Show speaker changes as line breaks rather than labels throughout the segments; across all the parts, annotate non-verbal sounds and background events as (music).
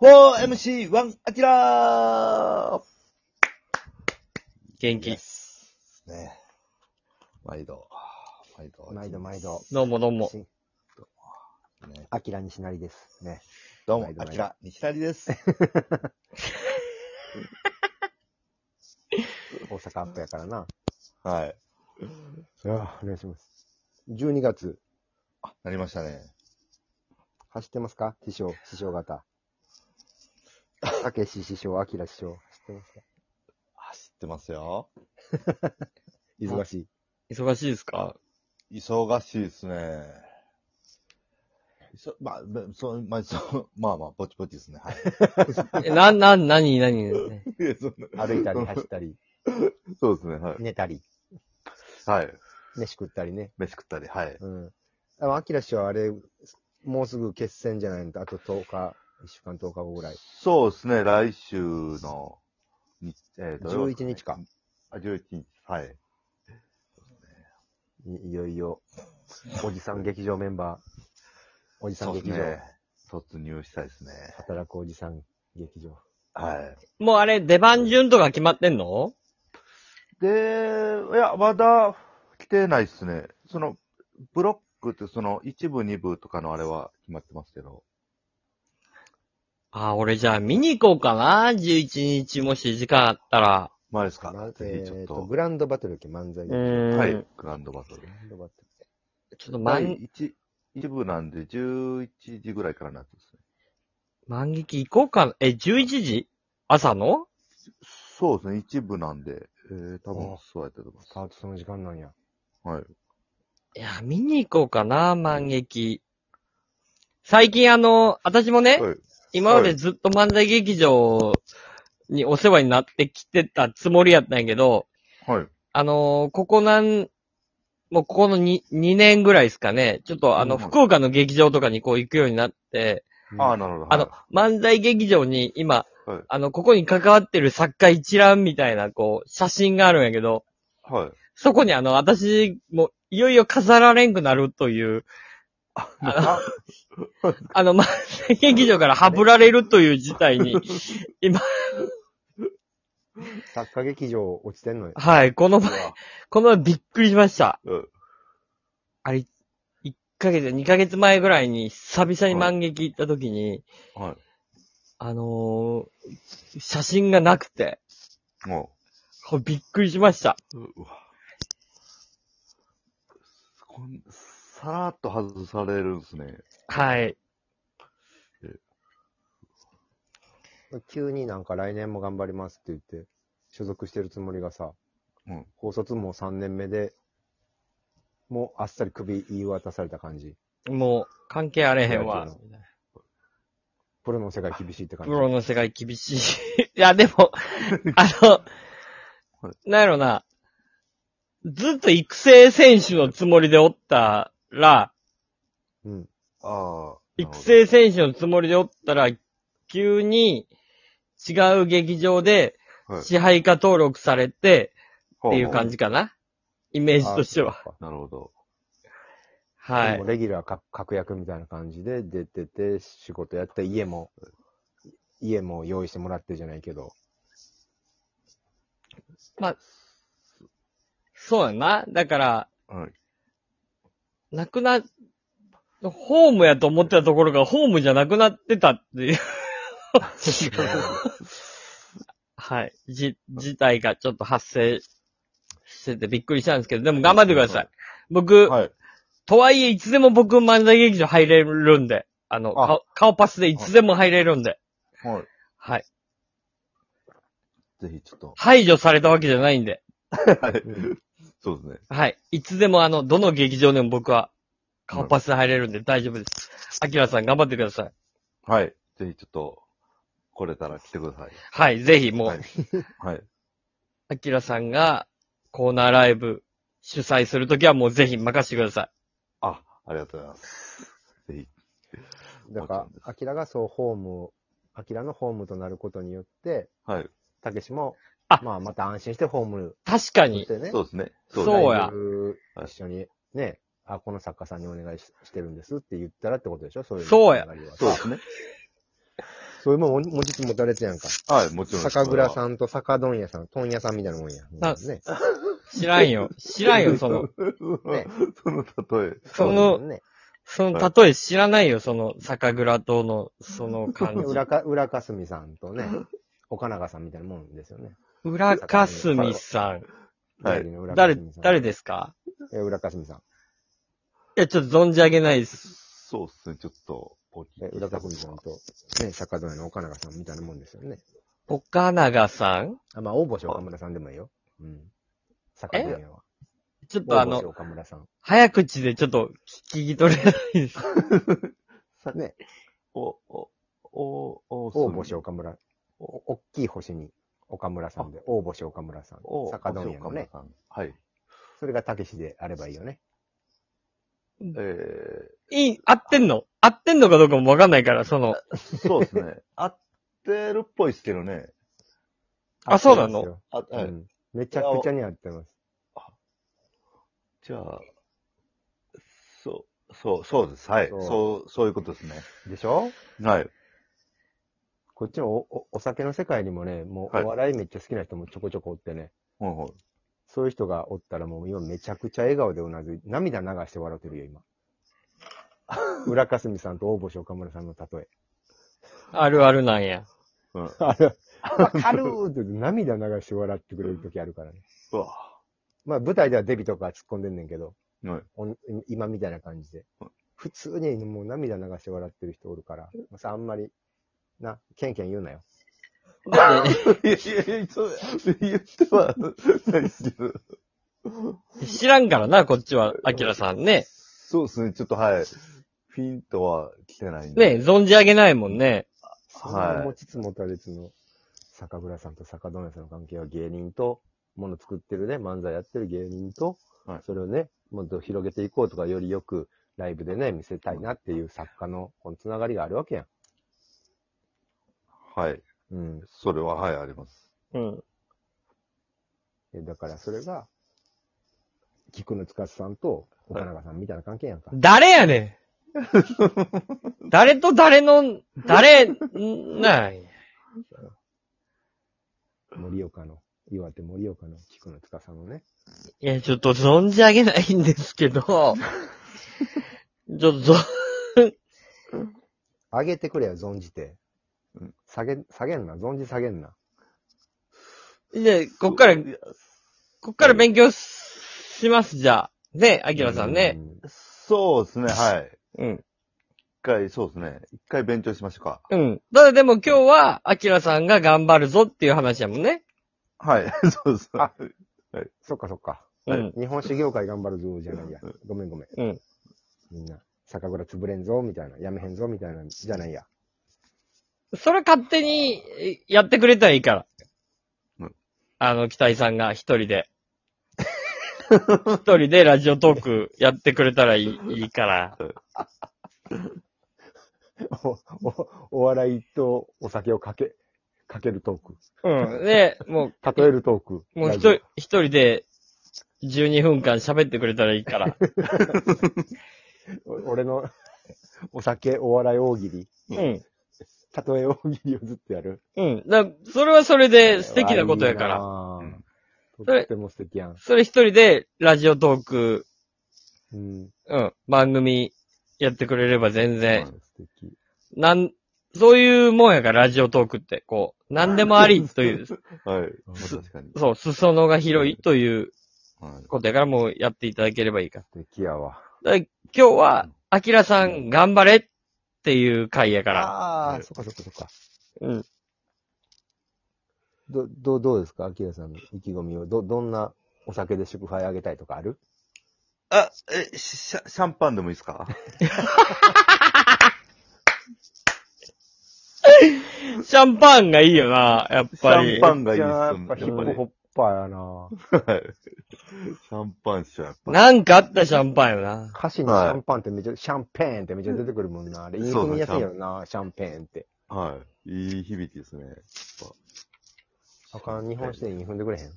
4MC1 アキラー
元気。
ね毎度。毎度。
毎度毎度。
どうもどうも。
し
ね
あきらにしなりです。ね。
どうも
毎、度
ア
毎度
キラ、西谷
(laughs)
です。
大阪アップやからな。
はい。
いや、お願いします。12月、
あ、なりましたね。
走ってますか師匠、師匠方。たけし師匠、あきら師匠、走ってますか
走ってますよ。
忙しい。
忙しいです (laughs) か
忙しいですね。そまあ、まそう、まあ、そう、 (laughs) まあまあ、ぼちぼちですね。はい。
え、な、な、なになにね
い
(laughs)
やそんな
歩いたり、走ったり、
そうですね、はい。
寝たり、
はい。
飯食ったりね。
飯食ったり、はい。
うん。でもあきら師匠はあれ、もうすぐ決戦じゃないのと、あと10日、1週間10日後ぐらい。
そうですね、来週の、にえーと
11日か。
あ、11日、はい。
いいよいよ、おじさん劇場メンバー、おじさん劇場、。
突入したいですね。
働くおじさん劇場。
はい。
もうあれ、出番順とか決まってんの
で、いや、まだ来てないですね。その、ブロックってその、一部、二部とかのあれは決まってますけど。
あ、俺じゃあ見に行こうかな。11日もし時間あったら。
まあですか
ま。
ぜひち
え
ょっ
ーと、
と
グ。ランドバトルやっけ漫才
う
劇場
ーん。
はい。グランドバトル。
ちょっと
第
万、
一、一部なんで、11時ぐらいからなってですね。
万劇行こうかな。え、11時朝の
そうですね、一部なんで、えー、多分
あ
そうやってと思いま
ス
す。
タートその時間なんや。
はい。
いや、見に行こうかな、万劇。最近あの、私もね、
はい
今までずっと漫才劇場にお世話になってきてたつもりやったんやけど、
はい。
あのーここなん、もうここの 2, 2年ぐらいですかね、ちょっとあの、
うん
福岡の劇場とかにこう行くようになって、
ああ、なるほど。
あの、漫才劇場に今、
はい
あの、ここに関わってる作家一覧みたいな、こう、写真があるんやけど、
の、はい。
そこにあの、私、もいよいよ飾られんくなるという、あの、あの、漫才劇場からはぶられるという事
(laughs)
態に、
作家劇場落ちてんのよ。
はい、この前、
(laughs)
この前びっくりしました。
うん
あれ、1ヶ月、2ヶ月前ぐらいに久々に万劇行った時に、
は
あのー写真がなくて、
い。も
これびっくりしました。
う、ううわ。こんさらっと外されるんですね。
はい。
急になんか来年も頑張りますって言って、所属してるつもりがさ、
うん
高卒も3年目で、もうあっさり首言い渡された感じ。
もう、関係あれへんわ。
プロの世界厳しいって感
プ
じ。
ロの世界厳しい。い (laughs) や、でも、あの、なんやろな、ずっと育成選手のつもりでおったら、
うん。
ああ。
育成選手のつもりでおったら、急に違う劇場で
はい
支配下登録されて
っ
っていう感。じかな。イメージとしては。
あ。
なるほど。
は
で
い
も。レギュラーか確約みたいな感じで出てて、仕事やって、家も、家も用意してもらってじゃないけど。
そうやな。だから、
はい。
なくな、ホームやと思ってたところがホームじゃなくなってたっていう。はい。じ、事態がちょっと発生しててびっくりしたんですけど、でも頑張ってください。僕、
はい。
とはいえ、いつでも僕、漫才劇場入れるんで。あの、
あ
顔顔パスでいつでも入れるんで。
はい。
はい。
ぜひちょっと。
排除されたわけじゃないんで。
はい。 (laughs) そうですね。
はい。いつでも、あの、どの劇場でも僕は、顔パスで入れるんで大丈夫です。アキラさん、頑張ってください。
はい。ぜひちょっと、来れたら来てください。
はい。ぜひ、も、。
はいうはい。
アキラさんが、コーナーライブ、主催するときはもうぜひ任せてください。
あ、ありがとうございます。ぜひ。
だか
もちろんです
ら、アキラがそう、ホームを、アキラのホームとなることによって、
はい。
たけしも、
あ
まあ、また安心してホーム
確か
とし
に。
てね。
そうですね。
そう
ね
や
ライブ
はい
一緒にね、あ、この作家さんにお願いししてるんですって言ったらってことでしょそういう。
そうや
流れは
そうですね。
そういうもん持ちつ持たれつやんか。
はい、もちろんです。
酒蔵
ん。
さんと酒問屋さん、問屋さんみたいなもんや。
な
ね。
知らんよ。知らん
(laughs)
よ、そ (laughs) の、
ね
その例え。
そ
そう
の
だ、よね。
その、例え知らないよ、その、酒蔵との、その (laughs) 感じ。
裏か、裏かすみさんと
(laughs)
ね、岡永さんみたいなもんですよね。
裏かすみさ
はい
左の
ん。
裏か
誰
すみさ、ん
誰ですか
え浦かすみさん。
いや、ちょっと存じ上げないです。
そうっすね、ちょっと、お聞き
え、浦
した
か
こ
すみさ
と
ん
は
と、ね、坂戸屋の岡永さんみたいなもんですよね。
岡永さん
あ、まあ、大星岡村さんでもいいよ。うん。坂戸屋は。
ちょっとあ
大星
の、
岡村さん。
早口でちょっと聞き取れない (laughs) です。
さ
ね。
お、お、お、お、
大星岡村。お、大きい星に岡村さんで、大星岡村さん。
お、
坂戸屋のね。
お。はい。
それがたけしであればいいよね。
え
いい、合ってんの合ってんのかどうかもわかんないから、その、
ー、そうですね。 (laughs) 合ってるっぽいっすけどね。
あそうなの
ですよ
あ、は
う
い。
ん。めちゃくちゃに合ってます。
じゃあ、そう、そう、そうです。はい。
そう
そう、そういうことですね。
でしょ
はい。
こっちのおおお酒の世界にもね、もう
はい
お笑いめっちゃ好きな人もちょこちょこおってね、
ほいほい。
そういう人がおったらもう今めちゃくちゃ笑顔でうなずい涙流して笑ってるよ今。浦かすみさんと大星岡村さんの例え。
あるあるなんや。
うん。
あれ、わかるーって (laughs) 涙流して笑ってくれる時あるからね。
うわ。
まあ舞台ではデビとか突っ込んでんねんけど、
はい。
おん今みたいな感じで
はい。
普通にもう涙流して笑ってる人おるから、まあ、さあんまり、な、ケンケン言うなよ。
だっ
(laughs)
て
いやいやいや、そう言ってはないですけど。
知らんからな、こっちは、アキラさんね。
そうですね、ちょっとはい。ピンとは来てないんで。
ね、存じ上げないもんね。
そんな持ちつ持たれつの酒蔵さんと酒問屋さんの関係は芸人と、もの作ってるね、漫才やってる芸人と
はい、
それをね、もっと広げていこうとか、よりよくライブでね、見せたいなっていう作家のこのつながりがあるわけや
はい。
ん。うん
それは、はい、あります。
うん。
で。だからそれが、菊野司さんと岡永さんみたいな関係やんか。
誰や (laughs) ねん誰と誰の、誰、んなんや
盛岡の、岩手盛岡の菊野司さんのね。
いや、ちょっと存じ上げないんですけ (laughs) ど、ちょっとぞ、
上げてくれよ、存じて
うん。
下げ、下げんな、存じ下げんな。
で、こっから、
い
こ
や
っから勉強します、じゃあ。ね、アキラさんね
う。ん。
そうですね、はい。
うん。
一回、そうですね。一回勉強しましょうか。
うん。ただでも今日は、アキラさんが頑張るぞっていう話やもんね。
はい。 (laughs) そうですね。
あそっかそっか。
うん。
日本酒業界頑張るぞ、じゃないや。ごめんごめん。
うん。
みんな、酒蔵潰れんぞ、みたいな。やめへんぞ、みたいな、じゃないや。
それ勝手にえやってくれたらいいから。
うん
あの、北井さんが一人で。一人でラジオトークやってくれたらいいいいから。
お、お、お笑いとお酒をかけ、かけるトーク。
うん。で、も
例えるトーク。
う、もう一
ラジ
人、一人で12分間喋ってくれたらいいから。
オ。お俺の、 (laughs) お酒、お笑い大喜利。
うん。
例え大喜利をずっとやる。
うん。だそれはそれで素敵なことやから。
ら
うん
とっても素敵やん。
それ一人でラジオトーク、
うん。
うん、番組やってくれれば全然、
素敵。
なん、そういうもんやから、ラジオトークって、こう、なんでもありと
(laughs)
いう、
はい。まあ確かに。
そう、裾野が広いという
はい
ことやから、もうやっていただければいいから。
素敵やわ。
だから今日は、アキラさん頑張れっていう回やから。
あ
は
あ、
い
そっかそっかそっか。
うん。
ど、どう、どうですかアキラさんの意気込みを。ど、どんなお酒で祝杯あげたいとかある
あ、え、シシャシャンパンでもいいですか
シャンパンがいいよな、やっ
シ
ぱ
ャ
り。
ンパンがいいっす
や
よ
っぱ
ね。
ヒ
やっぱ
ップ
り
ホッパーやな
はいシャンパンっしょ、やっぱ。
なんかあったシャンパンよな。
歌詞にシャンパンってめっちゃ、シャンペーンってめっちゃ出てくるもんな。あれ、言い込みやすいよな、シャンペーンって。
はい。いい響きですね。
あかん、日本酒でイン踏んでくれへん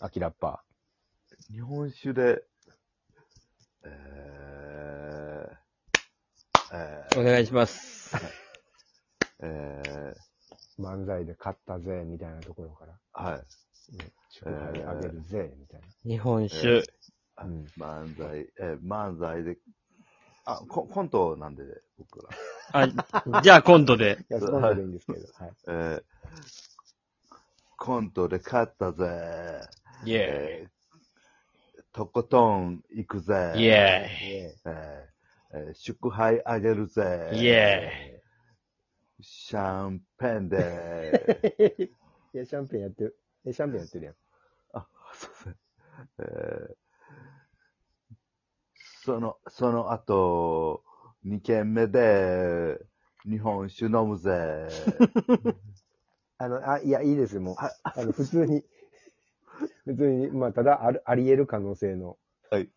アキラッパ
日本酒で、えー、えー、
お願いします。
えー、
漫才で勝ったぜ、みたいなところから、
はい。
ね、祝杯あげるぜ、みたい
日本酒。
え
な。うん。
漫才、えー漫才で、あ、ココントなんで、僕ら。
あ、じゃあ今度で。
いや、そこまでいいんですけど、はい。
えーコントで勝ったぜ。
イェ
えーとことん行くぜ。
ーイ。イェーイ。
(laughs) え
えーえー祝杯あげるぜ。
イエ
シャンペンで。
ーイ。いや、シャンペンやってる。え、シャンペンやってるやん。
そうですねえーその、その後、2軒目で、日本酒飲む
(laughs)
ぜ。
あの、あ、いや、いいです、もう。あの、普通に、 (laughs) 普通に、まあ、ただある、あり得る可能性の。
はい。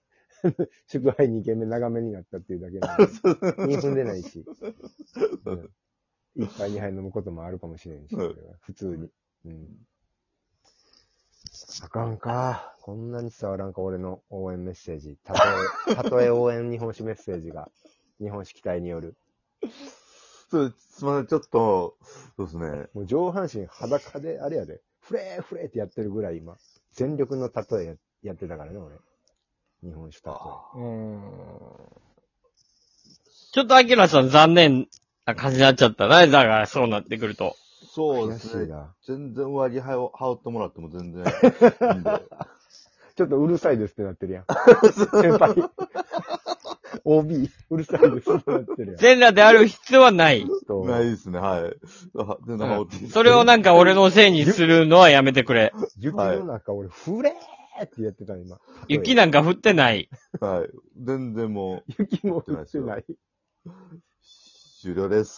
(laughs) 祝杯2軒目長めになったっていうだ
(laughs)
けなんで、2分でないし。うん一杯二杯飲むこともあるかもしれん
う
し、
ん
それは普通に。うん。あかんか。こんなに伝わらんか、俺の応援メッセージ。たとえ、たとえ応援日本酒メッセージが、日本酒期待による。
そうすみません、ちょっと、そうですね。
もう上半身裸で、あれやで、フレーフレーってやってるぐらい今、全力の例えややってたからね、俺。日本酒例
うーんちょっとアキラさん残念な感じになっちゃったね。だからそうなってくると。
え。
そうで
悔し
す
い
ね。
な。
全然割りはを羽織ってもらっても全然いいんで。
ちょっとうるさいですってなっ
(laughs)
てるやん。先輩。OB、うるさいですってなってるやん。
全裸である必要はない。
そう
ないですね、はい。あ全然羽織っていいです
それをなんか俺のせいにするのはやめてくれ。
雪の中、俺、フレーってやってた今。
雪なんか降ってない。
はい。全然もう、
雪も降ってない。
終了です。